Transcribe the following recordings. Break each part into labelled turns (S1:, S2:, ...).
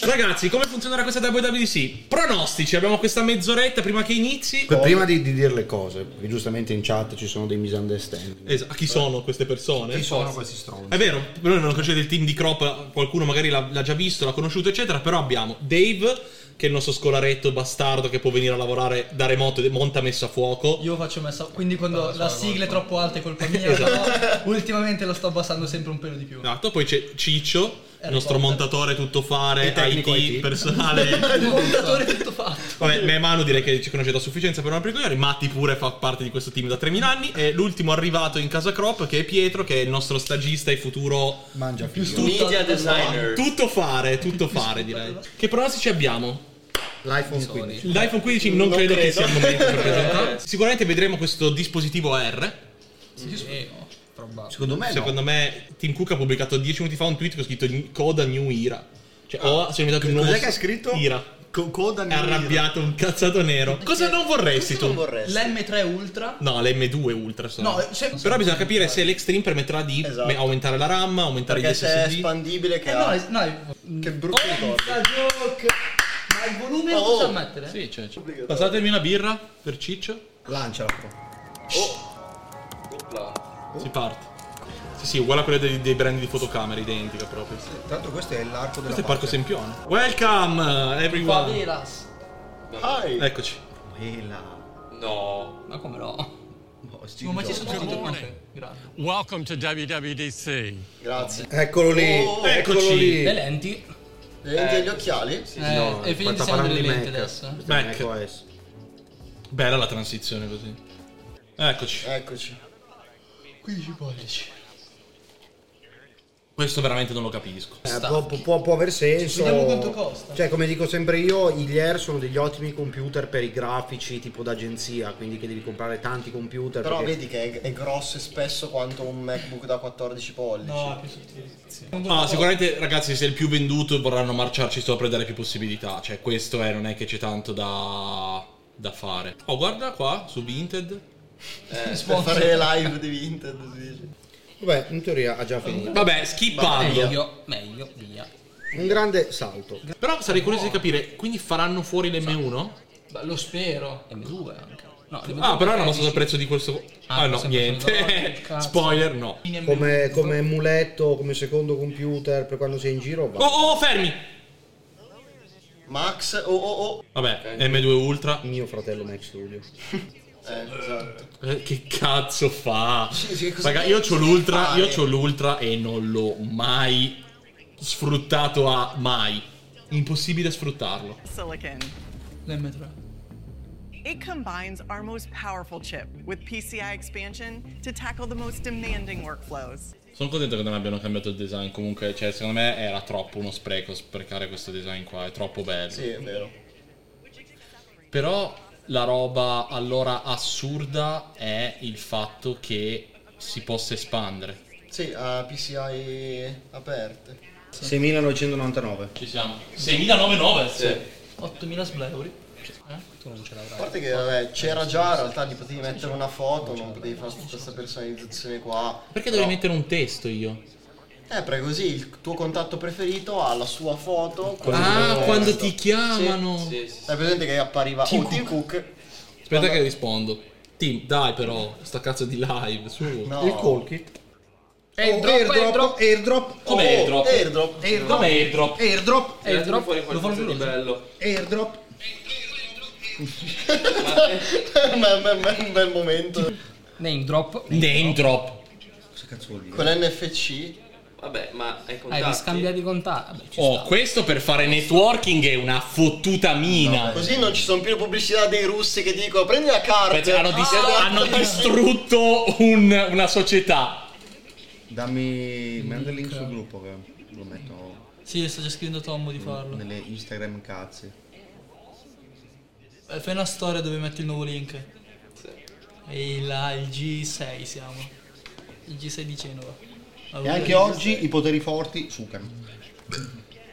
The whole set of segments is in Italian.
S1: ragazzi, come funzionerà questa WWDC? Pronostici, abbiamo questa mezz'oretta prima che inizi.
S2: Per- Prima di, di dire le cose, perché giustamente in chat ci sono dei misunderstanding.
S1: Esa- chi sono queste persone?
S3: Chi sono questi stronzi?
S1: È vero, noi non conoscete il team di Crop, qualcuno magari l'ha, l'ha già visto, l'ha conosciuto, eccetera, però abbiamo Dave, che è il nostro scolaretto bastardo che può venire a lavorare da remoto, e monta messa a fuoco.
S4: Io faccio messa. Quindi quando la sigla è troppo alta è colpa mia.
S1: Esatto.
S4: però ultimamente lo sto abbassando sempre un pelo di più.
S1: Esatto, poi c'è Ciccio, il
S3: Eh,
S4: Harry
S1: nostro
S4: Potter.
S1: montatore tutto fare,
S2: E tecnico
S1: IT,
S2: IT.
S1: personale.
S4: Il montatore è tutto fatto.
S1: Vabbè, Memano direi che ci conoscete a sufficienza per non aprire i coglioni, Matti pure fa parte di questo team da 3.000 anni e l'ultimo arrivato in casa Crop che è Pietro, che è il nostro stagista e futuro...
S2: Mangia più
S5: Media designer.
S1: Tutto fare, tutto fare direi. Che pronostici abbiamo?
S2: L'iPhone 15.
S1: L'iPhone 15 non,
S5: Non
S1: credo, che
S5: credo.
S1: sia il momento per presentarlo. Sicuramente vedremo questo dispositivo AR.
S4: Eh,
S2: Secondo me no.
S1: Secondo me Tim Cook ha pubblicato 10 minuti fa un tweet che ho scritto "New- coda new era. Cioè, o ha inventato un nuovo
S2: Cos'è che ha scritto?
S1: Ira.
S2: Co- coda
S1: È
S2: nera.
S1: arrabbiato, un cazzato nero. Cosa non vorresti tu?
S5: Non vorresti.
S4: L'M3 Ultra.
S1: No, l'M2 Ultra sono.
S4: No, se-
S1: Però bisogna capire se l'extreme permetterà di
S5: eh, Esatto.
S1: me- aumentare la RAM, aumentare
S5: Perché
S1: gli
S5: se è
S1: SSD.
S5: espandibile che
S4: Eh,
S5: ha...
S4: no, no, è-
S5: Che brutto ricordo.
S4: Orca joke! Ma il volume
S5: Oh.
S4: lo posso mettere?
S1: Sì, c'è, c'è. Passatemi una birra per Ciccio.
S2: Lanciala. qua.
S1: Si parte. Sì, sì, uguale a quella dei, dei brand di fotocamere, identica proprio. Questo
S3: Tanto questo è l'arco della
S1: è Parco
S3: parte.
S1: Sempione. Welcome, eh, everyone.
S4: Favelas.
S5: Vai.
S1: Eccoci.
S2: Quella.
S6: No.
S4: Ma come no?
S2: No,
S4: No, ma ci sono
S6: Good
S4: tutti
S6: morning.
S4: ok, Grazie.
S6: Welcome to WWDC.
S5: Grazie.
S2: Eccolo lì.
S5: Oh,
S2: eccolo
S1: eccoci.
S2: lì.
S4: Le lenti.
S5: Le lenti e gli occhiali?
S4: eh,
S2: No,
S4: e finiti
S2: sta
S4: siamo
S2: parlando
S4: delle
S2: di
S4: lenti
S2: Mac.
S4: adesso. eh.
S2: Questa è
S1: Mac.
S2: macOS.
S1: Bella la transizione così. Eccoci.
S5: Eccoci.
S4: 15 eh. pollici.
S1: Questo veramente non lo capisco.
S2: Eh, può, può- può aver senso.
S4: Vediamo quanto costa.
S2: Cioè, come dico sempre io, gli Air sono degli ottimi computer per i grafici tipo d'agenzia, quindi che devi comprare tanti computer.
S5: Però
S2: perché-
S5: vedi che è, è grosso e spesso quanto un MacBook da 14 pollici.
S4: No, è più
S5: Eh,
S4: sottile.
S1: Ah, sicuramente ragazzi se è il più venduto vorranno marciarci sopra e dare più possibilità. Cioè questo è, non è che c'è tanto da, da fare. Oh guarda qua su Vinted.
S5: Eh, per
S4: Sponsor.
S5: fare live di Vinted, si dice.
S2: Vabbè, in teoria ha già finito.
S1: Vabbè, skippando.
S4: Meglio, meglio, via.
S2: Un grande salto.
S1: Però sarei curioso di capire, quindi faranno fuori l'M1?
S4: Beh, lo spero. M2 anche. No, M2
S1: Ah, però hanno
S4: è
S1: abbassato il prezzo di questo.
S4: Ah,
S1: Ah no,
S4: sempre sono
S1: niente.
S4: d'accordo, cazzo.
S1: Spoiler, no.
S4: in M2.
S2: Come, come muletto, come secondo computer per quando sei in giro. Va.
S1: Oh, oh, fermi!
S5: Max, oh oh oh.
S1: Vabbè, M2 Ultra.
S2: Mio fratello Mac Studio.
S5: Eh, esatto.
S1: Eh, Che cazzo fa?
S5: Sì, sì, cosa
S1: Raga,
S5: devi-
S1: io ho
S5: cosa
S1: l'ultra,
S5: fare?
S1: io c'ho l'ultra e non l'ho mai sfruttato a mai. Impossibile sfruttarlo.
S7: silicon.
S4: L'M3.
S7: It combines our most powerful chip with PCI expansion to tackle the most demanding workflows.
S1: Sono contento che non abbiano cambiato il design. Comunque, cioè, secondo me era troppo uno spreco sprecare questo design qua. È troppo bello.
S5: Sì, è vero.
S1: Però la roba allora assurda è il fatto che si possa espandere.
S5: Sì, ha PCI aperte.
S2: 6999.
S1: Ci siamo. 6099? Sì.
S4: 8000 sbleuri. Eh? Tu non ce
S5: A
S4: l'avrai.
S5: parte che vabbè, c'era già in realtà di potevi mettere una foto, non potevi fare tutta questa personalizzazione qua.
S1: Perché dovrei
S5: Però-
S1: mettere un testo io?
S5: Eh, perché così il tuo contatto preferito ha la sua foto. con il
S1: Ah,
S5: tuo
S1: quando
S5: testo.
S1: ti chiamano.
S5: Sì. Hai presente che appariva
S4: Tim
S5: oh, Tim Cook?
S1: Aspetta che rispondo. Tim, dai però, sta cazzo di live, su.
S5: No.
S2: Il colkit.
S4: Airdrop, airdrop.
S2: airdrop.
S5: Oh,
S6: Come airdrop?
S5: airdrop.
S2: Airdrop.
S6: Come airdrop?
S2: Airdrop.
S4: Airdrop.
S6: fuori
S4: Lo fanno
S6: qualcosa di
S4: veloce.
S6: bello.
S2: Airdrop.
S5: Ma è un bel momento.
S4: Name drop.
S1: Name drop.
S2: Cosa cazzo vuol dire?
S5: Con NFC.
S6: Vabbè, ma hai
S4: Hai
S6: contatti?
S4: riscambiati i contatti. Vabbè, ci
S1: Oh,
S4: sta.
S1: questo per fare networking è una fottuta mina.
S5: Così non ci sono più le pubblicità dei russi che dicono prendi la carta.
S1: Cioè, hanno, dis-
S5: Ah,
S1: hanno distrutto un- una società.
S3: Dammi, manda il link sul gruppo che lo metto
S4: Sì, sta già scrivendo Tommo di farlo.
S3: nelle Instagram cazzi.
S4: Eh, Fai una storia dove metti il nuovo link. E là, il G6 siamo. Il G6 di Genova.
S3: E anche
S4: Allora,
S3: oggi i poteri forti sucano.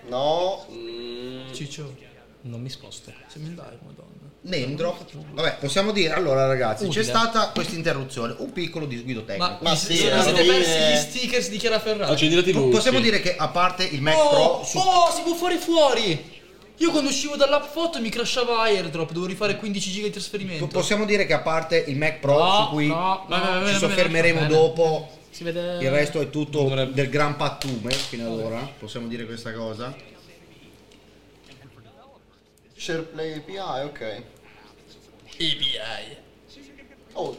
S5: No. Mm.
S4: Ciccio. Non mi sposto. Se mi dai, madonna.
S3: Name drop. Vabbè, possiamo dire, allora ragazzi,
S4: Utile.
S3: c'è stata questa interruzione, un piccolo disguido
S4: Ma,
S3: tecnico.
S5: Ma
S4: vi
S5: sì,
S4: siete
S5: alla
S3: eh,
S5: fine-
S4: persi gli stickers di Chiara Ferrari?
S1: la
S3: Po- possiamo dire che a parte il Mac Pro
S4: Oh,
S3: su
S4: oh, si può fare fuori! Io quando uscivo dall'app foto mi crashava airdrop, dovevo rifare 15 giga di trasferimento.
S3: Po- Possiamo dire che a parte il Mac Pro,
S4: No,
S3: su cui
S4: no, no, no,
S3: ci
S4: no,
S3: soffermeremo
S4: no, no, no.
S3: dopo,
S4: Si vede.
S3: il resto è tutto
S8: Dovrebbe-
S3: del gran pattume fino ad ora. Possiamo dire questa cosa?
S5: SharePlay API, ok.
S4: API.
S5: Oh,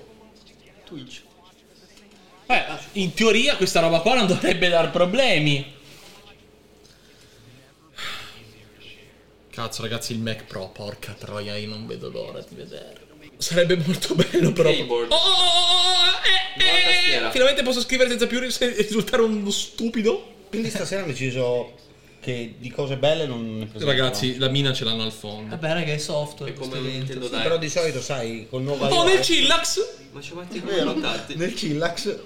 S5: Twitch.
S1: Eh,
S8: Beh, in teoria questa roba qua non dovrebbe dar problemi.
S1: Cazzo, ragazzi, il Mac Pro, porca troia, io non vedo l'ora di vederlo. Sarebbe molto bello, però.
S6: Keyboard.
S1: Oh, oh, oh, eh,
S6: Nuova
S1: eh,
S6: tastiera.
S1: Finalmente posso scrivere senza più ris- risultare uno stupido.
S3: Quindi stasera ho deciso che di cose belle non ne presenterò.
S1: Ragazzi, la mina ce l'hanno al fondo.
S4: Vabbè, raga, è software.
S6: È come
S4: questo
S6: un
S4: evento.
S6: Nintendo
S3: Sì, però
S6: Direct.
S3: di solito sai, col nuovo
S1: Oh,
S3: iOS-
S1: nel Chillax!
S6: Ma ci metti come contatti?
S3: nel Chillax,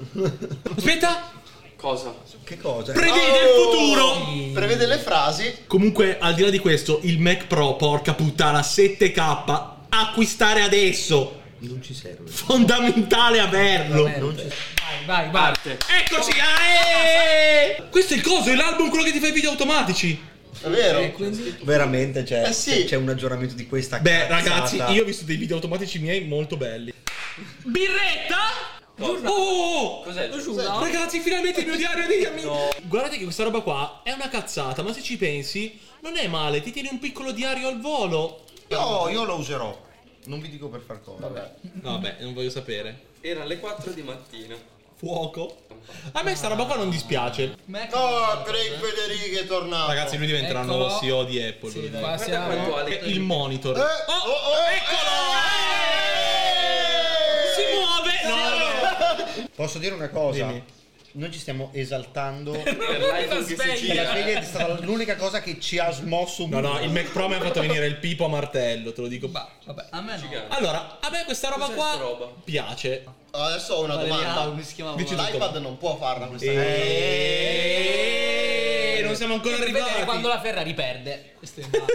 S1: Aspetta, Oh.
S6: Cosa?
S3: che cosa?
S1: prevede il futuro!
S5: Prevede le frasi.
S1: Comunque, al di là di questo, il Mac Pro, porca puttana, 7K, acquistare adesso!
S2: Non ci serve.
S1: Fondamentale averlo!
S2: Non ci
S4: Vai, vai, vai.
S6: Parte.
S1: Eccoci! ah, eh! ae! Questo è il coso, è l'album quello che ti fa i video automatici.
S5: È vero.
S3: Veramente c'è,
S5: Eh sì.
S3: c'è un aggiornamento di questa
S1: Beh,
S3: cazzata.
S1: ragazzi,
S2: Esatto.
S1: io ho visto dei video automatici miei molto belli. Birretta? Oh!
S6: Cos'è? il gioco?
S4: Giuro.
S1: Ragazzi, finalmente il mio diario degli amici. Guardate che questa roba qua è una cazzata, ma se ci pensi, non è male, ti tieni un piccolo diario al volo.
S3: Io, io lo userò. Non vi dico per far cosa.
S1: Vabbè, non voglio sapere.
S6: Era alle 4 di mattina.
S1: Fuoco. A me sta roba qua non dispiace.
S4: Mac.
S5: Oh, Craig Federighi è tornato.
S1: Ragazzi, lui diventerà
S4: Eccolo.
S6: Ecco.
S1: nuovo CEO di Apple.
S4: Sì,
S1: volevo
S4: qua
S1: dire.
S6: Guarda
S4: siamo.
S6: quanto ha le
S1: È Il monitor.
S5: Eh, oh, oh,
S1: Si muove! No, no.
S3: Posso dire una cosa? Noi ci stiamo esaltando. perché
S6: l'iPhone che si
S3: la
S6: gira.
S3: serie è stata l'unica cosa che ci ha smosso un
S1: No, no, il Mac Pro mi ha fatto venire il pipo a martello, te lo dico.
S4: Bah, vabbè, a me no.
S6: Gigante.
S1: Allora, a me questa roba
S6: Cos'è
S1: qua
S6: sta roba?
S1: piace.
S5: oh. Adesso ho una
S4: Valeriano,
S5: domanda.
S4: come si chiamava?
S1: Dici-
S5: L'iPad non può farla questa cosa.
S1: Eeeh, Eh, non siamo ancora
S4: Per Eh, vedere quando
S1: arrivati.
S4: la Ferrari perde. Questo è il male.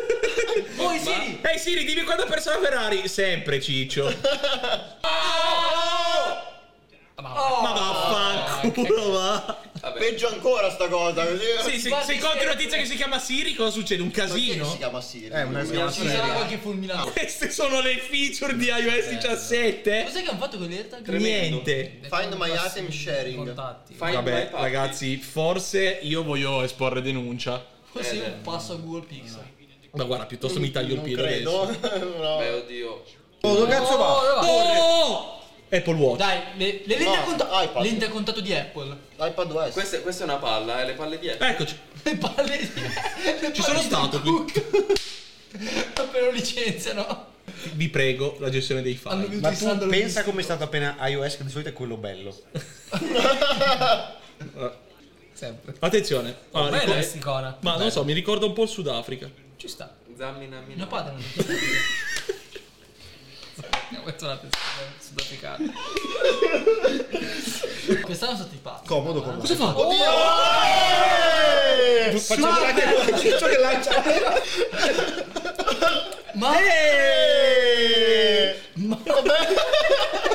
S4: Poi sì.
S1: Ehi Eh, Siri, dimmi quando ha perso la Ferrari. Sempre Ciccio.
S4: Oh.
S1: Ma
S4: Eh,
S1: vaffanculo, va.
S6: Vabbè.
S5: Peggio ancora sta cosa, così.
S1: Sì, sì,
S4: Guardi,
S1: se incontri
S4: Siri.
S1: una tizia che si chiama Siri, cosa succede? Un
S5: Perché si
S1: casino?
S5: chiama Siri?
S3: Eh, una
S5: Sì,
S4: Ci sarà qualche fulminato.
S1: Queste sono le feature di iOS 17?
S4: Eh. Cos'è che hanno fatto con l'AirTag?
S6: Tremendo.
S1: Niente.
S5: Find my item sharing.
S4: Contatti.
S6: Find my
S1: Vabbè,
S6: puppy.
S1: ragazzi, forse io voglio esporre denuncia.
S4: Così
S6: Eh,
S4: un passo a Google Pixel.
S1: Ma guarda, piuttosto mi taglio il
S5: non
S1: piede
S5: credo.
S1: adesso.
S5: no.
S6: Beh, oddio.
S3: Oh, dove cazzo va?
S4: Oh, no.
S1: Oh! Apple Watch.
S4: Dai, le, le lenti,
S5: No,
S4: a conta-
S5: iPad.
S4: lenti a contatto di Apple.
S5: iPad OS.
S6: Questa, questa è una palla, eh, le palle dietro.
S1: Eccoci.
S4: Le palle di
S1: Ci sono stato qui.
S4: Appena lo licenziano.
S1: Vi prego, la gestione dei
S4: Hanno
S1: file.
S3: Ma tu
S4: utilizzato
S3: pensa come è stato appena iOS, che di solito è quello bello.
S4: Sempre.
S1: Attenzione. Allora,
S4: Bella
S1: ricor-
S4: questa icona.
S1: Ma non so, mi ricorda un po' il Sudafrica.
S4: Ci sta.
S6: Zammina, mina.
S4: Mio padre non lo Mi ha messo la testa sudafricana. Quest'anno sono tipato.
S3: Comodo con
S4: Cosa fa?
S3: Facciamo anche Ciccio che lancia.
S4: Oh, Ma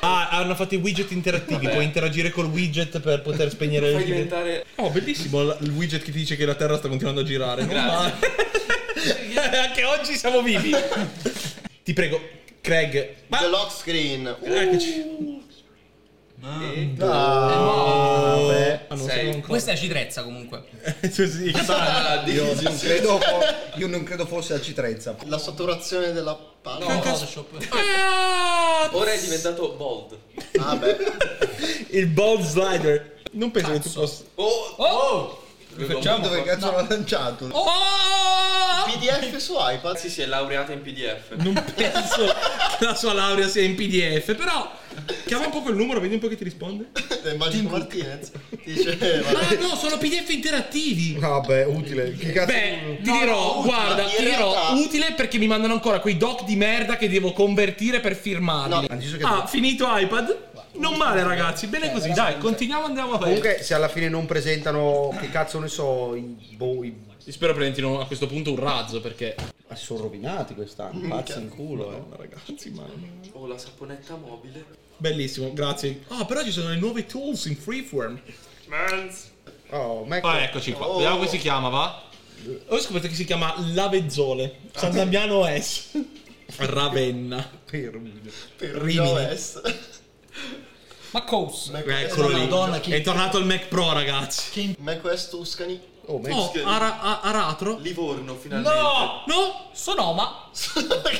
S1: Ah, hanno fatto i widget interattivi. Puoi interagire col widget per poter spegnere
S6: Fai diventare...
S1: Oh, bellissimo il il widget che ti dice che la Terra sta continuando a girare. Non male. Anche oggi siamo vivi. Ti prego, Craig. Ma...
S5: eh! The lock screen. Uh,
S1: Eccoci. Ah, non
S6: Sei.
S1: sono ancora.
S4: questa è acidrezza comunque.
S1: Sì, sì, esatto.
S3: Io non credo, fo- io non credo fosse la citrezza.
S5: La saturazione della palla.
S4: No, Photoshop.
S6: Ora è diventato bold.
S5: Ah, beh.
S1: Il ball slider. Non penso che tu possa.
S6: Oh!
S4: Oh!
S3: Dove cazzo l'ha lanciato?
S5: PDF su iPad.
S6: Sì, si è laureata in PDF.
S1: Non penso che la sua laurea sia in PDF, però. Chiama un po' quel numero, vedi un po' che ti risponde.
S5: È Magico Martinez. Dice,
S1: Ah, no, sono PDF interattivi.
S3: Vabbè, utile. Che cazzo?
S1: Beh, ti dirò, guarda,
S5: in
S1: ti dirò,
S5: realtà-
S1: utile perché mi mandano ancora quei doc di merda che devo convertire per firmarli.
S3: Ha deciso che-
S1: Ah, finito iPad? Non male ragazzi, bene così, dai, continuiamo, andiamo avanti.
S2: Comunque, se alla fine non presentano, che cazzo ne so, i boi.
S1: Spero presentino a questo punto un razzo perché...
S3: Sono rovinati quest'anno. Pazzi in culo, eh.
S1: Ragazzi, ma...
S6: Oh, la saponetta mobile.
S1: Bellissimo, grazie. Ah, però ci sono le nuove tools in freeform.
S2: Oh, ma
S1: Ah, eccoci qua, vediamo come si chiama, va? Ho scoperto che si chiama Lavezzole, San Damiano S. Ravenna.
S5: Per
S1: Rimini.
S5: iOS.
S4: Ma Coase.
S5: Ecco,
S1: Eccolo lì.
S4: Madonna, chi-
S1: È tornato il Mac Pro, ragazzi.
S5: MacOS Tuscany,
S2: Oh, ma
S1: Oh, Ara- A- Aratro.
S6: Livorno finalmente.
S4: No!
S1: No,
S4: Sonoma.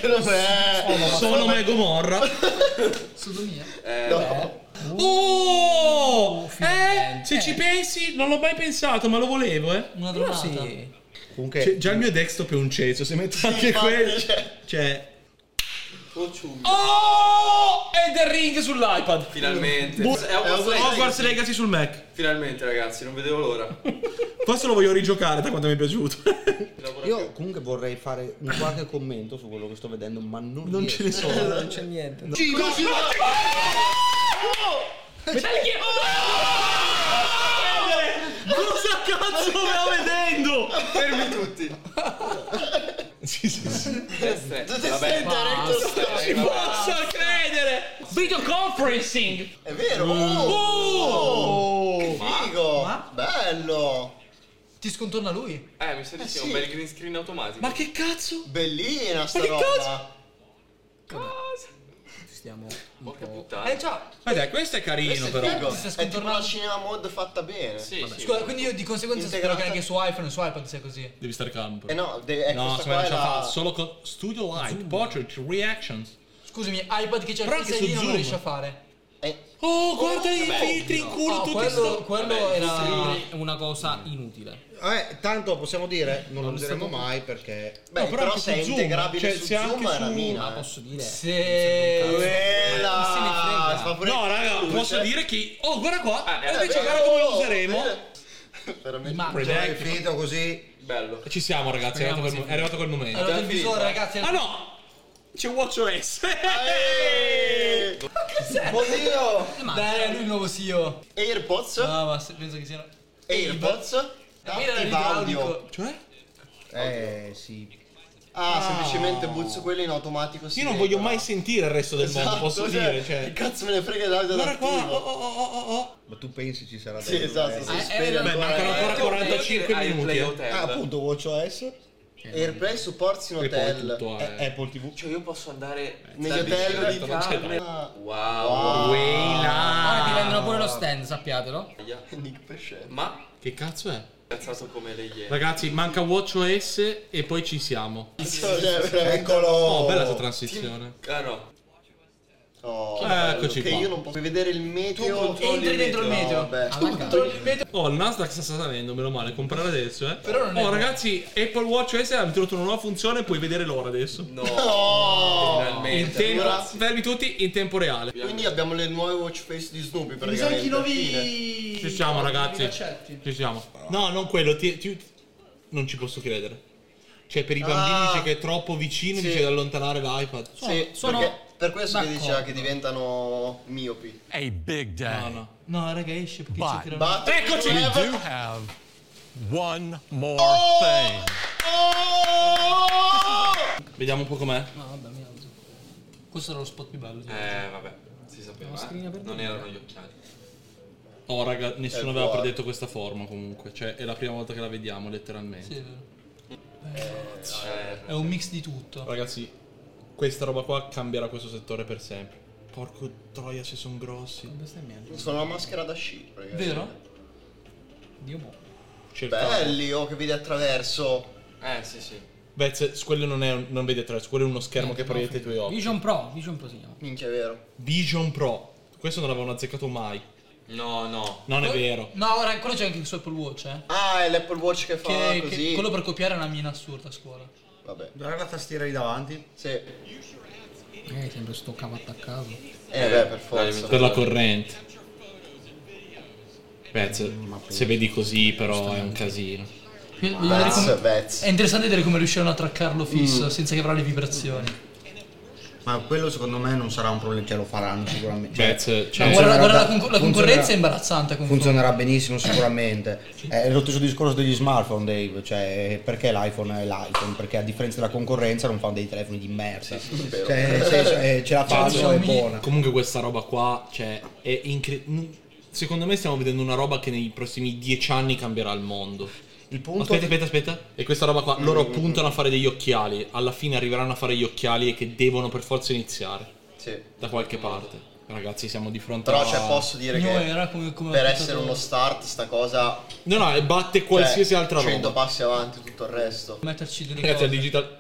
S5: che non è...
S1: sono Meg Gomorra.
S4: Sodomia.
S6: Eh,
S5: No.
S1: Oh! Eh,
S4: finalmente.
S1: se ci pensi, non l'ho mai pensato, ma lo volevo, eh.
S4: Una dronata.
S2: Comunque,
S1: Cioè, già il mio desktop è un ceso, se metto anche
S5: Eh. infatti,
S1: quello.
S5: cioè.
S1: Cioè,
S6: Cocciugno.
S4: Oh! Elden Ring sull'iPad.
S6: Finalmente.
S1: Bu-
S6: è Hogwarts Legacy.
S1: Hogwarts Legacy sul Mac.
S6: Finalmente ragazzi, non vedevo l'ora.
S1: Forse lo voglio rigiocare da quanto mi è piaciuto.
S2: io comunque vorrei fare un qualche commento su quello che sto vedendo, ma non,
S1: Non ce
S2: riesco.
S1: ne sono.
S9: Non c'è niente.
S4: Metal Gear.
S1: Cosa cazzo stavo vedendo?
S5: Fermi tutti.
S1: Sì, sì, sì.
S6: Vabbè.
S1: Ci posso credere!
S4: Video conferencing.
S5: È vero. Oh, che figo.
S4: ma-
S5: Bello.
S4: Ti scontorna lui.
S6: Eh, mi sa di sì, un bel green screen automatico.
S1: Ma che cazzo?
S5: Bellina sta
S1: Ma che
S5: roba.
S1: cazzo?
S6: cosa?
S9: Stiamo un
S6: Porca
S9: po'.
S6: puttana.
S4: Eh già.
S1: Vabbè, questo è carino
S5: Questo è
S1: però.
S5: figo.
S4: Stai
S5: È tipo
S4: scontornando.
S5: una cinema mod fatta bene.
S6: Sì, sì.
S4: Scusa, quindi io di conseguenza spero che
S5: Integrata.
S4: anche su iPhone e su iPad sia così.
S1: Devi stare calmo.
S5: Eh no, de- eh,
S1: No, secondo
S5: questa
S1: me
S5: qua
S1: non
S5: è
S1: ce la fa.
S5: la...
S1: Solo con Studio Light, Portrait, Reactions.
S4: Scusami, iPad che c'è il
S1: Però anche
S4: pixel
S1: su
S4: lì non lo
S1: Zoom.
S4: riesce a fare.
S5: eh,
S1: Oh, guarda i
S5: vabbè,
S1: filtri in culo
S4: No,
S1: tutti
S4: quello,
S1: sto...
S4: quello
S6: Vabbè,
S4: era...
S9: È una cosa inutile.
S2: Eh, tanto possiamo dire, non lo useremo mai perché
S5: beh,
S1: No, però
S5: però,
S1: anche
S5: se è
S1: su Zoom,
S5: integrabile
S1: cioè,
S5: su
S1: se anche
S5: Zoom è una
S1: su- Ah,
S5: mina.
S9: Ma
S5: eh.
S9: posso dire.
S4: Se...
S9: Ma chi se ne
S5: Bella!
S9: frega?
S5: si fa pure-
S1: No, raga, posso dire che... Oh, guarda qua.
S6: Ah, eh,
S1: Invece
S5: Eh,
S1: guarda come lo
S5: oh,
S1: useremo.
S5: eh. Veramente.
S9: Ma
S2: è
S1: Project-
S2: finito così.
S6: Bello.
S1: Ci siamo ragazzi, è arrivato, quel, è arrivato quel
S4: È
S1: momento.
S4: arrivato il visore, ragazzi.
S1: Ah no! C'è WatchOS.
S5: Eh, Oddio!
S4: Dai, è lui il nuovo CEO.
S5: AirPods?
S1: Ah,
S4: No, Ah, ma se- penso che siano...
S5: AirPods?
S4: Mira era
S5: Attiva audio.
S4: l'idraulico.
S1: cioè?
S2: Eh, sì.
S5: Ah, semplicemente buzzo quello in automatico.
S1: Io non voglio mai sentire il resto del
S5: Esatto,
S1: mondo, posso dire,
S5: Che
S1: cioè.
S5: cazzo me ne frega l'audio
S1: Guarda qua.
S5: adattivo?
S1: Oh, oh, oh, oh, oh.
S3: Ma tu pensi ci sarà
S5: Sì,
S3: da-
S5: esatto, si
S3: eh,
S5: spera.
S1: Beh, mancano ancora 45
S6: Hai il
S1: minuti.
S6: Play
S1: eh.
S6: Hotel.
S2: Ah, appunto, WatchOS,
S5: AirPlay supports in
S1: E Cioè, poi
S5: hotel.
S1: tutto eh.
S2: eh, Apple TV.
S6: Cioè io posso andare
S5: Negli
S6: dal
S5: hotel di Ah,
S6: bicicletta, non c'è
S5: Carmen.
S6: dai.
S5: Wow. eh.
S6: Wow.
S9: Ora ti vendono pure
S4: Ah.
S9: lo stand, sappiatelo.
S5: Nick Pesce.
S6: Ma
S1: Che cazzo è?
S6: cazzato come le iene.
S1: Ragazzi, manca WatchOS e poi ci siamo.
S5: Eccolo.
S1: Oh, bella questa transizione.
S6: Ah no.
S5: Oh,
S1: Eccoci
S5: che
S1: qua.
S5: io non posso vedere il meteo.
S4: Entri dentro il meteo.
S5: Vabbè.
S9: Alla
S4: Controlli
S9: cazzo.
S4: il meteo.
S1: Oh, il Nasdaq sta salendo, meno male, comprare adesso, eh.
S4: Però non è
S1: oh,
S4: male.
S1: ragazzi, Apple Watch S ha introdotto una nuova funzione, puoi vedere l'ora adesso.
S6: No. cioè,
S5: Oh.
S1: In
S6: Finalmente.
S1: tempo,
S5: allora-
S1: fermi tutti in tempo reale.
S5: Quindi abbiamo le nuove watch face di Snoopy praticamente. Fine.
S1: Ci siamo, ragazzi. Ci siamo. No, non quello, ti- ti- non ci posso credere. Cioè, per i bambini
S5: Ah.
S1: dice che è troppo vicino, dice di allontanare l'iPad.
S4: Oh,
S5: Sì,
S9: sono
S5: perché per questo che diceva
S9: d'accordo.
S5: che diventano miopi.
S10: a big day.
S1: No, no.
S4: No, raga, esce perché
S10: Vai.
S4: ci tirano.
S5: But
S1: Eccoci!
S10: We do
S5: Forever-
S10: have one more thing.
S1: Vediamo un po' com'è.
S4: No, vabbè, mi alzo. Questo era lo spot più bello.
S6: Eh vabbè. Si sapeva. eh. Non erano gli occhiali.
S1: Oh, raga, nessuno
S5: È
S1: aveva
S5: buono.
S1: predetto questa forma comunque. Cioè, è la prima volta che la vediamo, letteralmente.
S4: Sì, è vero.
S6: Eh,
S4: È un mix di tutto.
S1: Ragazzi, questa roba qua cambierà questo settore per sempre. Porco troia se sono grossi.
S5: Sono una maschera da sci, ragazzi.
S4: Vero?
S9: Dio mo.
S1: Cercavo.
S5: Belli, oh, che vedi attraverso.
S6: eh sì sì.
S1: Beh, se- quello non è un- non vedi attraverso, quello è uno schermo
S2: Eh,
S1: che proietta i tuoi occhi.
S9: Vision Pro, Vision Pro si chiama.
S5: Minchia, è vero.
S1: Vision Pro. Questo non l'avevano azzeccato mai.
S6: No, no.
S1: Non è vero.
S4: No, raga, quello c'è anche su Apple Watch, eh.
S5: Ah, è l'Apple Watch che fa
S4: Che, che-
S5: così.
S4: quello per copiare è una mina assurda a scuola.
S5: Vabbè.
S2: Guarda la tastiera lì davanti.
S5: Sì. Eh,
S9: Eh, sembra sto cavo attaccato.
S5: beh, per forza.
S1: Per la corrente. Beh, se, se vedi così però è un casino.
S2: Cioè,
S4: Qui- voglio vedere
S5: Vez,
S4: come-
S5: Vez.
S4: È interessante vedere come riusciranno a traccarlo fisso senza che avrà le vibrazioni.
S2: Ma quello secondo me non sarà un problema, ce lo faranno sicuramente. Cioè,
S1: Beh, se-
S4: Ma
S1: cioè,
S4: guarda,
S2: funzionerà
S4: guarda la,
S2: da-
S4: conco- la
S2: funzionerà-
S4: concorrenza è imbarazzante. con-
S2: funzionerà benissimo sicuramente. È lo stesso discorso degli smartphone, Dave, cioè perché l'iPhone è l'iPhone? Perché a differenza della concorrenza non fanno dei telefoni di merda. Cioè, nel senso, eh, ce la
S1: Cioè,
S2: fanno, è
S4: Xiaomi.
S2: buona.
S1: Comunque questa roba qua, cioè, è incredibile. Secondo me stiamo vedendo una roba che nei prossimi dieci anni cambierà il mondo.
S2: Il punto
S1: Aspetta, aspetta, aspetta. E questa roba qua,
S5: Mm.
S1: loro puntano a fare degli occhiali, alla fine arriveranno a fare gli occhiali e che devono per forza iniziare
S5: Sì.
S1: da qualche parte. Ragazzi, siamo di fronte
S5: Però
S1: a
S5: cioè, posso dire
S4: No,
S5: che
S4: era come- come
S5: per
S4: ho
S5: essere
S4: pensato-
S5: uno start sta cosa
S1: No, no, e batte qualsiasi
S5: cioè,
S1: altra
S5: 100
S1: roba.
S5: passi avanti tutto il resto.
S4: Metterci delle
S1: Ragazzi,
S4: cose.
S1: la digital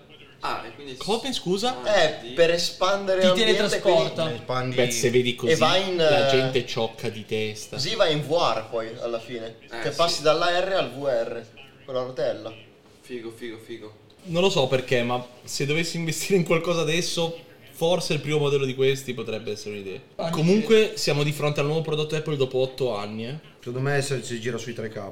S6: Ah, e quindi...
S1: Come scusa?
S5: Eh, per espandere
S4: Ti
S5: l'ambiente,
S4: teletrasporta.
S5: quindi-
S2: espandi
S1: Beh, se vedi così
S5: E va in,
S1: la
S5: eh,
S1: gente ciocca di testa.
S5: Così vai in VR poi alla fine.
S6: Eh,
S5: che
S6: sì.
S5: passi dalla R al VR con la rotella.
S6: Figo, figo, figo.
S1: Non lo so perché, ma se dovessi investire in qualcosa adesso, forse il primo modello di questi potrebbe essere un'idea. Comunque siamo di fronte al nuovo prodotto Apple dopo 8 anni, eh.
S3: Secondo me se- si gira sui 3K.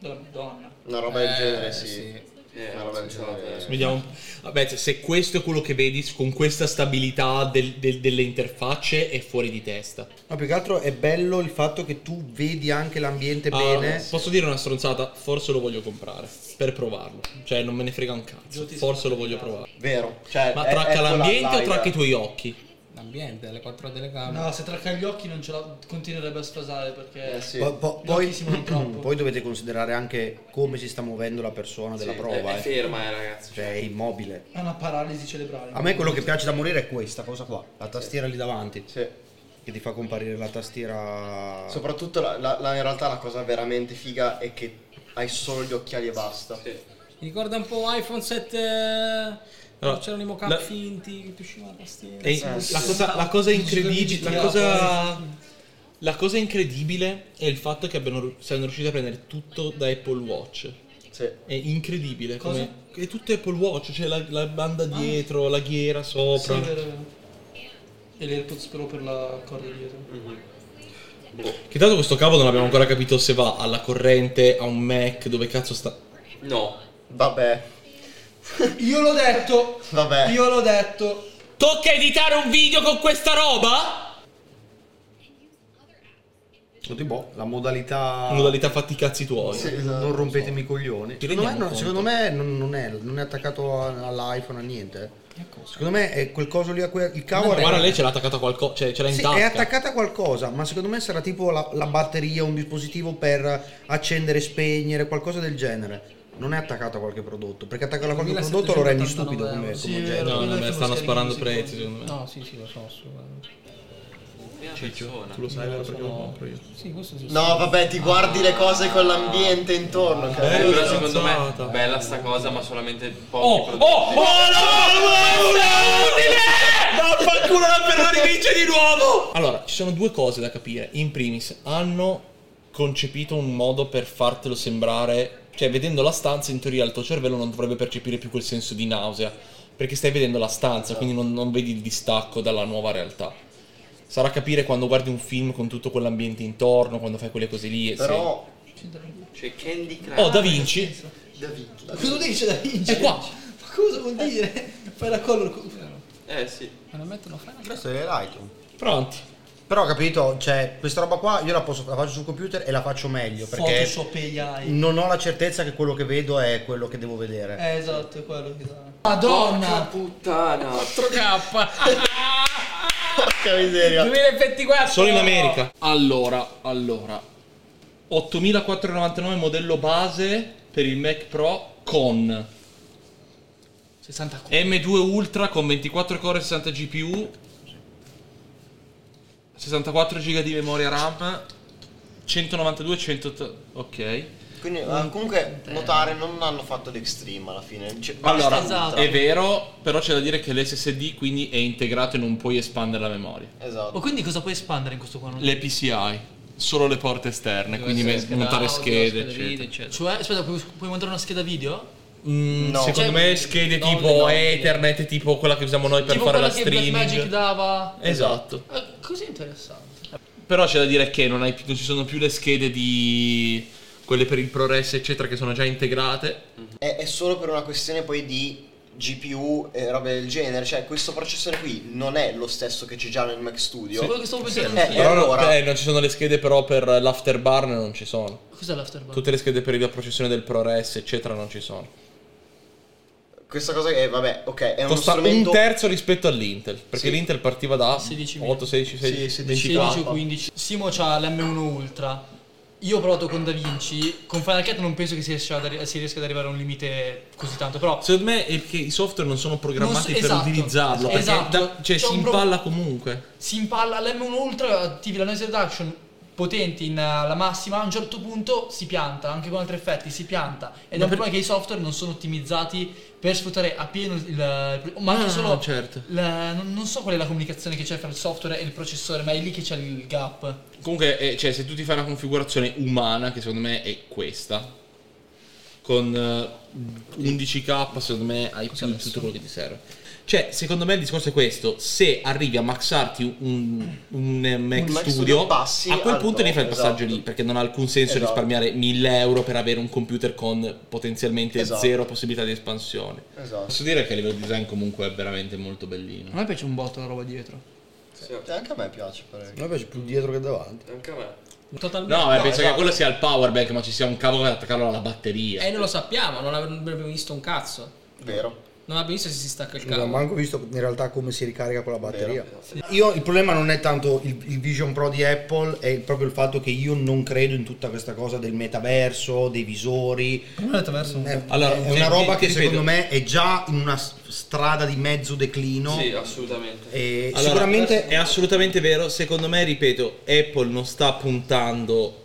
S4: Della Madonna.
S5: Una roba del genere, sì.
S6: Eh,
S5: Una roba del
S6: sì,
S5: genere.
S6: sì.
S1: Vediamo. un po'. Vabbè, se- se questo è quello che vedi con questa stabilità del- del- delle interfacce è fuori di testa.
S3: No, più che altro è bello il fatto che tu vedi anche l'ambiente
S1: Ah,
S3: bene.
S1: Posso dire una stronzata? Forse lo voglio comprare per provarlo. Cioè, non me ne frega un cazzo. Forse lo voglio provare.
S5: Vero. Cioè,
S1: Ma
S5: è-
S1: tracca
S5: eccola
S1: l'ambiente o
S5: live.
S1: tracca i tuoi occhi?
S9: L'ambiente, le quattro telecamere.
S4: No, se tracca gli occhi non ce la continuerebbe a sfasare perché...
S5: Eh, sì.
S3: Po- po-
S4: Gli
S3: poi,
S4: occhi si muovono troppo.
S3: poi dovete considerare anche come si sta muovendo la persona della
S6: Sì,
S3: prova.
S6: È, è
S3: eh.
S6: ferma, eh, ragazzi.
S3: Cioè, è immobile.
S4: È una paralisi cerebrale.
S3: A me quello che piace da morire è questa cosa qua, la tastiera lì davanti,
S5: Sì.
S3: che ti fa comparire la tastiera...
S5: Soprattutto la- la- la- in realtà la cosa veramente figa è che hai solo gli occhiali e basta.
S6: Sì.
S9: Mi ricorda un po' iPhone 7.
S1: Allora,
S9: non c'erano i mocap
S1: la-
S9: finti che ti uscivano la tastiera.
S1: E la, cosa, la cosa incredibile, la cosa, la cosa incredibile è il fatto che abbiano, siano riusciti a prendere tutto da Apple Watch.
S5: Sì.
S1: È incredibile.
S4: Cosa? Ah.
S1: come- è tutto Apple Watch, c'è la, la banda dietro, la ghiera
S4: Sì,
S1: sopra.
S4: è vero, è vero. E le AirPods Pro per la corda dietro.
S1: Che tanto questo cavo non abbiamo ancora capito se va alla corrente, a un Mac, dove cazzo sta.
S6: No.
S5: Vabbè.
S4: Io l'ho detto!
S5: Vabbè.
S4: Io l'ho detto!
S1: Tocca editare un video con questa roba?
S3: Senti, boh, la modalità...
S1: Modalità fatti i cazzi tuoi.
S5: Sì, esatto.
S3: Non rompetemi i coglioni. Secondo me,
S1: Ti rendiamo
S3: non,
S1: conto?
S3: secondo me non, non è, non è attaccato a- all'iPhone, a niente. eh. Secondo me è quel coso lì a cui il cavo
S1: Guarda,
S3: era-
S1: lei ce l'ha attaccata a qualcosa, cioè ce l'ha in
S3: Sì,
S1: tasca.
S3: è attaccata a qualcosa, ma secondo me sarà tipo la, la batteria, un dispositivo per accendere, spegnere, qualcosa del genere. Non è attaccata a qualche prodotto, perché attaccata a qualche prodotto lo rendi stupido come,
S9: Sì,
S3: come
S4: è
S3: oggetto.
S4: vero.
S1: No,
S4: Quello
S1: no,
S4: che
S1: beh,
S4: lo
S1: stanno
S4: scarichi
S1: sparando
S4: così,
S1: prezzi, secondo me.
S9: No, sì, sì, lo so. assolutamente.
S6: È una persona.
S1: Tu lo sai, vero, perché lo compro io.
S9: Sì, questo sì.
S5: No, vabbè, ti guardi le cose con l'ambiente intorno. cazzo.
S1: Bello,
S6: Eh, però secondo
S1: stronzata.
S6: me bella sta cosa, ma solamente pochi
S1: Oh, oh,
S6: prodotti.
S1: oh, no, no, no, no, Vaffanculo la Ferrari vince di nuovo! oh, Allora, ci sono due cose da capire. In primis, hanno concepito un modo per fartelo sembrare... Cioè, vedendo la stanza, in teoria il tuo cervello non dovrebbe percepire più quel senso di nausea. Perché stai vedendo la stanza, quindi non, non vedi il distacco dalla nuova realtà. Sarà capire quando guardi un film con tutto quell'ambiente intorno, quando fai quelle cose lì. e
S5: Però
S6: Cioè Candy Crush.
S1: se- Oh, Da Vinci
S5: Da Vinci.
S4: Cosa dice da Vinci?
S1: è qua!
S4: Ma cosa vuol dire? Fai la color... co-
S6: Eh sì.
S9: Ma non mettono fare.
S2: Questo è l'iPhone.
S1: Pronti.
S2: Però ho capito, cioè, questa roba qua io la, posso, la faccio sul computer e la faccio meglio perché
S4: Photoshop AI.
S2: non ho la certezza che quello che vedo è quello che devo vedere.
S4: Eh, esatto, è quello che sa.
S6: Porca
S4: Madonna!
S6: puttana.
S9: 4K.
S5: Porca miseria.
S9: 2024.
S1: Solo in America. Allora, allora. 8499 modello base per il Mac Pro con
S4: 64.
S1: M2 Ultra con 24 core e 60 GPU 64 GB di memoria RAM 192 100 ok
S5: Quindi,
S2: Mm.
S5: ah, comunque, notare, non hanno fatto l'extreme alla fine. Cioè, basta
S1: allora eh,
S5: Ultra.
S9: esatto.
S1: è vero però c'è da dire che l'SSD quindi è integrato e non puoi espandere la memoria
S5: Esatto.
S4: Ma quindi cosa puoi espandere in questo qua? Non-
S1: le PCI solo le porte esterne quindi
S9: Deve
S1: me-
S9: essere
S1: montare
S9: audio,
S1: schede
S9: schede video,
S1: eccetera
S9: eccetera.
S4: Cioè, aspetta, puoi, puoi mandare una scheda video?
S1: Mm,
S5: No.
S9: Cioè,
S1: Secondo me schede
S9: no,
S1: tipo
S9: no.
S1: Ethernet, tipo quella che usiamo noi per
S4: tipo
S1: fare
S4: quella
S1: la
S4: che
S1: streaming.
S4: Blackmagic dava...
S1: Esatto.
S4: Eh, così interessante.
S1: Però c'è da dire che non, hai più- non ci sono più le schede di quelle per il ProRes eccetera che sono già integrate.
S5: È, è solo per una questione poi di GPU e robe del genere. Cioè, questo processore qui non è lo stesso che c'è già nel Mac Studio.
S4: Quello che stavo pensando
S5: Eh,
S4: io.
S5: E
S1: Però
S5: allora?
S1: eh, non ci sono le schede però per l'afterburn non ci sono.
S4: Cos'è l'afterburn?
S1: Tutte le schede per la processione del ProRes eccetera non ci sono.
S5: Questa cosa che, vabbè, ok, è uno
S1: Costa
S5: strumento...
S1: un terzo rispetto all'Intel, perché
S5: Sì.
S1: l'Intel partiva da
S4: 16.000.
S1: 8, 16, 16,
S5: Sì,
S1: 24.
S4: 16 15. Simo c'ha l'M1 Ultra. Io ho provato con Da Vinci, con Final Cut non penso che si riesca ad, arri- si riesca ad arrivare a un limite così tanto, però
S1: Secondo me è che i software non sono
S4: Non so-
S1: programmati
S4: esatto,
S1: per utilizzarlo. Perché
S4: esatto.
S1: da- cioè,
S4: C'è
S1: si
S4: un pro-
S1: impalla comunque.
S4: si impalla l'M1 Ultra, attivi la noise reduction potenti in, eh, alla massima, a un certo punto si pianta, anche con altri effetti si pianta. Ed è
S1: Ma
S4: un
S1: per-
S4: problema che i software non sono ottimizzati per sfruttare appieno il... il- ma anche
S1: Ah,
S4: solo...
S1: certo.
S4: la- non non so qual è la comunicazione che c'è fra il software e il processore, ma è lì che c'è il gap.
S8: Comunque, eh, cioè, se tu ti fai una configurazione umana, che secondo me è questa, con eh, 11k, secondo me hai più di tutto quello che ti serve.
S1: Cioè, secondo me il discorso è questo: se arrivi a maxarti un, un eh, Mac
S5: Un Mac
S1: Studio,
S5: Studio passi
S1: a quel
S5: al
S1: punto ne fai il
S5: top,
S1: passaggio
S5: esatto.
S1: lì, perché non ha alcun senso
S5: Esatto.
S1: risparmiare 1000 euro per avere un computer con potenzialmente
S5: Esatto.
S1: zero possibilità di espansione.
S5: Esatto.
S8: Posso dire che a livello design comunque è veramente molto bellino.
S4: A me piace un botto la roba dietro.
S5: Eh, Anche a me piace ecco. parecchio.
S3: me piace più dietro che davanti.
S6: Anche a me.
S4: Totalmente.
S8: No, eh,
S5: esatto.
S8: penso che quello sia il power bank, ma ci sia un cavo per attaccarlo alla batteria.
S9: Eh, non lo sappiamo, non av- non abbiamo visto un cazzo.
S5: Vero.
S9: Non abbiamo visto se si stacca il
S3: Non ho
S9: cavo.
S3: manco visto in realtà come si ricarica con la batteria.
S5: Vero.
S2: Io il problema non è tanto il, il Vision Pro di Apple, è proprio il fatto che io non credo in tutta questa cosa del metaverso, dei visori. È,
S1: Allora,
S2: è
S1: ti-
S2: una
S1: ti-
S2: roba
S1: ti
S2: che
S1: ripeto.
S2: secondo me è già in una s- strada di mezzo declino.
S6: Sì, assolutamente.
S2: E
S1: Allora,
S2: sicuramente
S1: è assolutamente vero. Secondo me, ripeto, Apple non sta puntando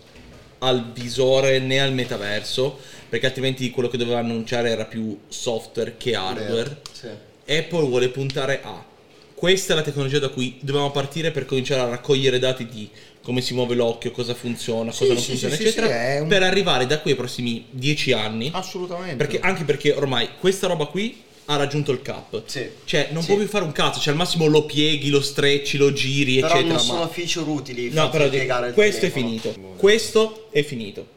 S1: al visore né al metaverso, perché altrimenti quello che doveva annunciare era più software che hardware.
S5: Sì.
S1: Apple vuole puntare a questa è la tecnologia da cui dobbiamo partire per cominciare a raccogliere dati di come si muove l'occhio, cosa funziona, cosa non
S3: sì,
S1: funziona,
S3: sì, sì,
S1: eccetera,
S3: sì, è un-
S1: per arrivare da qui ai prossimi dieci anni.
S3: Assolutamente.
S1: Perché, anche perché ormai questa roba qui ha raggiunto il cap.
S5: Sì.
S1: Cioè, non
S5: Sì.
S1: puoi più fare un cazzo, cioè al massimo lo pieghi, lo strecci, lo giri,
S5: Però
S1: eccetera.
S5: non
S1: ma-
S5: sono feature utili.
S1: No,
S5: fatti
S1: però dico,
S5: piegare il
S1: questo è
S5: telefono.
S1: finito. Questo è finito.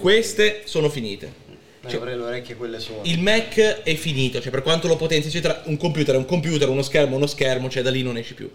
S1: Queste sono finite.
S5: Eh, avrei le orecchie quelle sono.
S1: Cioè, Il Mac è finito, cioè per quanto lo potenzi, eccetera, un computer è un computer, uno schermo è uno schermo, cioè da lì non esci più.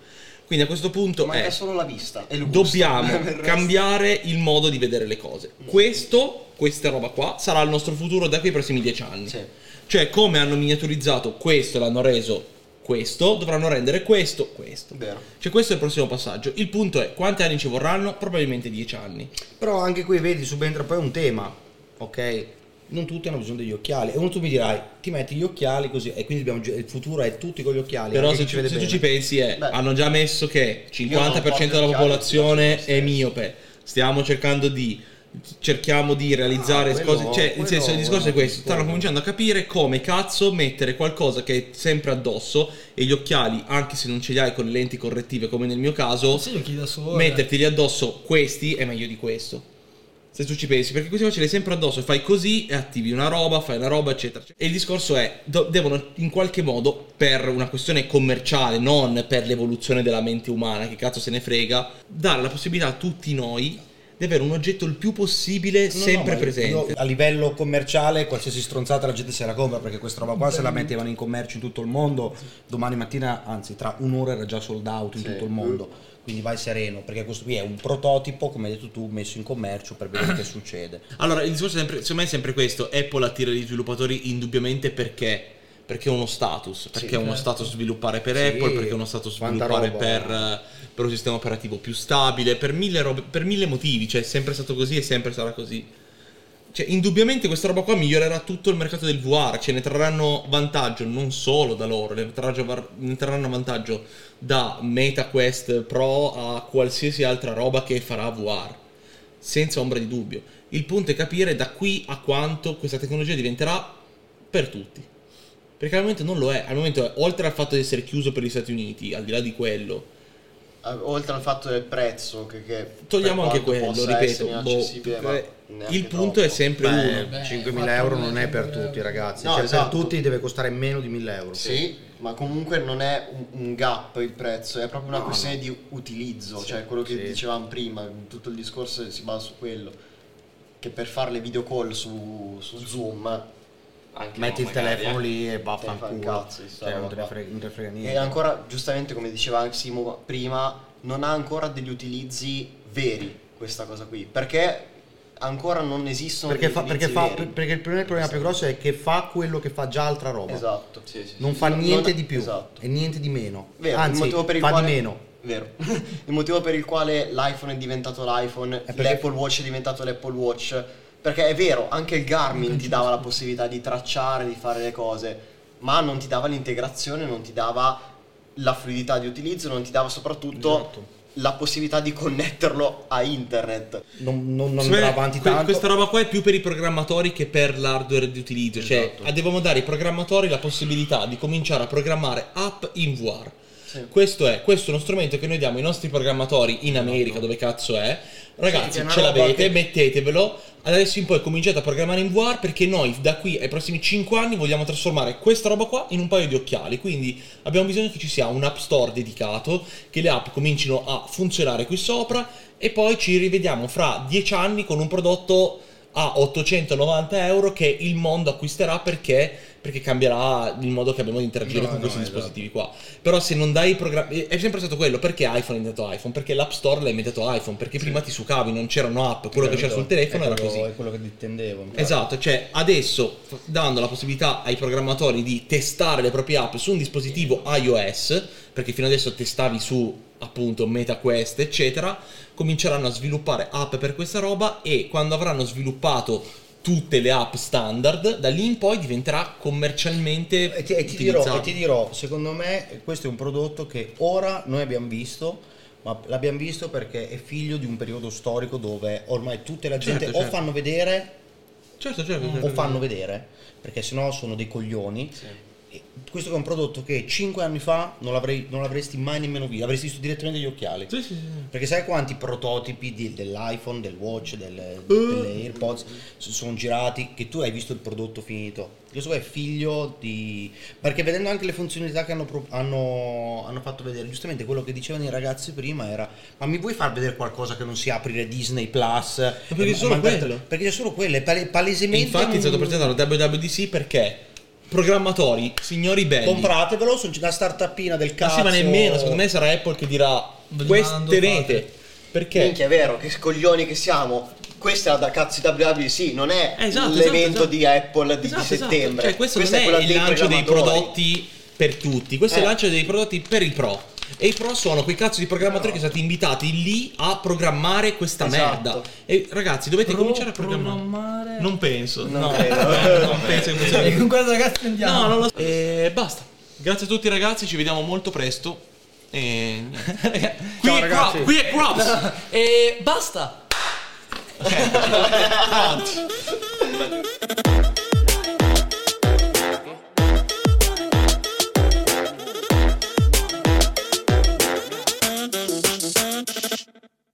S1: Quindi a questo punto
S5: Manca
S1: è,
S5: solo la vista. E il gusto.
S1: eh,
S5: Per
S1: dobbiamo
S5: il resto-
S1: cambiare il modo di vedere le cose. Questo, questa roba qua, sarà il nostro futuro da qui ai prossimi dieci anni.
S5: Sì.
S1: Cioè come hanno miniaturizzato questo e l'hanno reso questo, dovranno rendere questo, questo.
S5: Vero.
S1: Cioè questo è il prossimo passaggio. Il punto è quanti anni ci vorranno? Probabilmente dieci anni.
S2: Però anche qui vedi, subentra poi un tema, ok? Non tutti hanno bisogno degli occhiali. E uno tu mi dirai, ti metti gli occhiali così, e quindi abbiamo, il futuro è tutti con gli occhiali.
S1: Però
S2: anche
S1: se,
S2: chi
S1: tu,
S2: vede
S1: se tu
S2: Eh, bene.
S1: ci pensi, eh,
S5: Beh.
S1: hanno già messo che
S5: porto
S1: 50%
S5: il
S1: della
S5: chiaro,
S1: popolazione
S5: sì,
S1: è miope. Stiamo cercando di cerchiamo di realizzare cose,
S2: quello-
S1: cioè
S2: quello-
S1: il senso il discorso è questo, stanno
S2: quello.
S1: cominciando a capire come cazzo mettere qualcosa che è sempre addosso e gli occhiali, anche se non ce li hai con le lenti correttive come nel mio caso,
S4: Se io chiedo da solo.
S1: metterti lì addosso questi è meglio di questo. Se tu ci pensi, perché così qua ce l'hai sempre addosso, fai così e attivi una roba, fai una roba, eccetera. E il discorso è, do- devono in qualche modo, per una questione commerciale, non per l'evoluzione della mente umana, che cazzo se ne frega, dare la possibilità a tutti noi di avere un oggetto il più possibile
S2: No, no,
S1: sempre
S2: ma
S1: presente.
S2: io- a livello commerciale, qualsiasi stronzata la gente se la compra perché questa roba qua se la mettevano in commercio in tutto il mondo. Domani mattina, anzi, tra un'ora era già sold out in
S5: Sì.
S2: tutto il mondo. Quindi vai sereno, perché questo qui è un prototipo, come hai detto tu, messo in commercio per vedere che succede.
S1: Allora, il discorso è sempre, secondo me è sempre questo. Apple attira gli sviluppatori indubbiamente perché? Perché è uno status. Perché è uno status sviluppare per Apple, perché è uno status
S3: certo. quanta
S1: sviluppare
S3: roba.
S1: per, eh, per un sistema operativo più stabile, per mille, robe- per mille motivi. Cioè, è sempre stato così e sempre sarà così. Cioè, indubbiamente questa roba qua migliorerà tutto il mercato del VR, ce ne trarranno vantaggio non solo da loro, ne, trarranno var- ne trarranno vantaggio da MetaQuest Pro a qualsiasi altra roba che farà VR, senza ombra di dubbio. Il punto è capire da qui a quanto questa tecnologia diventerà per tutti. Perché al momento non lo è, al momento è, oltre al fatto di essere chiuso per gli Stati Uniti, al di là di quello,
S5: Eh, Oltre al fatto del prezzo, che, che
S1: togliamo
S5: per
S1: anche quello,
S5: quanto possa
S1: ripeto,
S5: essere
S1: boh,
S5: inaccessibile, ma neanche
S1: il punto è
S5: troppo.
S1: sempre uno.
S3: Beh, 5.000 euro non è per tutti, ragazzi.
S5: No,
S3: cioè,
S5: esatto.
S3: per tutti deve costare meno di 1.000 euro.
S5: Sì, ma comunque non è un, un gap il prezzo, è proprio una questione di utilizzo, cioè quello che dicevamo prima, tutto il discorso si basa su quello, che per fare le video call su, su Zoom
S6: Anche
S2: Metti
S6: no,
S2: il
S6: magari,
S2: telefono
S6: eh.
S2: lì e
S5: fa un
S2: vaffanculo.
S5: cazzo, sta
S2: Cioè, non
S5: roba
S2: te ne
S5: qua.
S2: frega, non te ne frega
S5: e
S2: niente.
S5: ancora giustamente come diceva anche Simo prima, non ha ancora degli utilizzi veri questa cosa qui, perché ancora non esistono
S2: Perché,
S5: degli
S2: fa- perché,
S5: utilizzi
S2: fa-
S5: veri.
S2: perché il primo- il problema più grosso è che fa quello che fa già altra roba.
S5: Esatto.
S6: Sì, sì, sì.
S2: Non fa niente
S5: Non-
S2: di più
S5: esatto.
S2: e niente di meno.
S5: Vero, il
S2: Anzi,
S5: motivo per il
S2: fa
S5: quale-
S2: di meno.
S5: Vero. Il motivo per il quale l'iPhone è diventato l'iPhone, l'Apple Watch è diventato l'Apple Watch, perché è vero, anche il Garmin ti dava la possibilità di tracciare, di fare le cose, ma non ti dava l'integrazione, non ti dava la fluidità di utilizzo, non ti dava soprattutto
S1: Esatto.
S5: la possibilità di connetterlo a internet.
S2: Non, non, non
S1: Secondo me
S2: andrà avanti
S1: Cioè, que-
S2: tanto.
S1: Questa roba qua è più per i programmatori che per l'hardware di utilizzo.
S2: Esatto.
S1: Cioè, ah, dobbiamo dare ai programmatori la possibilità di cominciare a programmare app in VR. Questo è, questo è uno strumento che noi diamo ai nostri programmatori in America, dove cazzo è.
S2: Esatto. Sì,
S1: Ragazzi,
S2: che è una
S1: ce
S2: roba
S1: l'avete,
S2: che-
S1: Cioè, mettetevelo. Adesso in poi cominciate a programmare in VR perché noi da qui ai prossimi 5 anni vogliamo trasformare questa roba qua in un paio di occhiali. Quindi abbiamo bisogno che ci sia un app store dedicato, che le app comincino a funzionare qui sopra e poi ci rivediamo fra 10 anni con un prodotto a 890 euro che il mondo acquisterà perché, perché cambierà il modo che abbiamo di interagire
S2: No,
S1: con
S2: no,
S1: questi
S2: esatto.
S1: dispositivi qua. Però se non dai i programmi... È sempre stato quello, perché iPhone è diventato iPhone? Perché l'App Store l'ha inventato iPhone? Perché prima ti sucavi, non c'erano app, quello che c'era sul telefono
S2: Certo. È
S1: era
S2: quello-
S1: così.
S2: È quello che intendevo. infatti.
S1: Esatto, cioè adesso f- dando la possibilità ai programmatori di testare le proprie app su un dispositivo iOS, perché fino adesso testavi su appunto MetaQuest, eccetera, cominceranno a sviluppare app per questa roba e quando avranno sviluppato tutte le app standard, da lì in poi diventerà commercialmente
S2: E ti, e ti dirò,
S1: utilizzato.
S2: e ti dirò, secondo me questo è un prodotto che ora noi abbiamo visto, ma l'abbiamo visto perché è figlio di un periodo storico dove ormai tutte la gente
S1: Certo,
S2: o
S1: certo.
S2: fanno vedere
S1: Certo, certo, certo.
S2: o fanno vedere, perché sennò sono dei coglioni. E Questo è un prodotto che 5 anni fa non, l'avrei- non l'avresti mai nemmeno visto, avresti visto direttamente gli occhiali.
S1: Sì, sì, sì.
S2: Perché sai quanti prototipi di- dell'iPhone, del watch,
S1: Eh.
S2: del- delle AirPods s- sono girati che tu hai visto il prodotto finito? Questo qua è figlio di... perché vedendo anche le funzionalità che hanno, pro- hanno- hanno fatto vedere, giustamente quello che dicevano i ragazzi prima era ma mi vuoi far vedere qualcosa che non sia aprire Disney Plus?
S1: perché
S2: Eh,
S1: solo
S2: mandate-
S1: quello.
S2: Perché è solo quello, è pale- palesemente...
S1: Infatti è stato
S2: un-
S1: presentato da WWDC perché programmatori, signori belli,
S2: Compratevelo, sono una startupina del
S1: Ma
S2: cazzo.
S1: sì, ma nemmeno, secondo me sarà Apple che dirà
S4: Ve li
S1: queste
S4: mando,
S1: tenete.
S4: fate."
S1: Perché?
S5: Minchia, è vero, che coglioni che siamo. Questa è la da cazzo di WWDC, non è
S1: Eh, esatto,
S5: l'evento
S1: esatto,
S5: di Apple di,
S1: Esatto,
S5: di
S1: esatto.
S5: settembre.
S1: Cioè, questo
S5: Questa
S1: non è,
S5: quella
S1: il lancio dei
S5: programmatori.
S1: prodotti per tutti, questo è il
S5: Eh.
S1: lancio dei prodotti per i pro. E i pro sono quei cazzo di programmatori che sono stati invitati lì a programmare questa
S5: Esatto.
S1: merda. E ragazzi, dovete cominciare a programmare.
S4: programmare.
S1: Non penso.
S5: Non
S1: no, Cioè,
S5: credo.
S1: non penso che funzioni.
S4: E con questo ragazzi andiamo.
S1: No, non lo so. E basta. Grazie a tutti ragazzi, ci vediamo molto presto. E... niente. qui, è qua,
S2: ragazzi.
S1: qui è Crops.
S4: E basta.
S1: Pronto.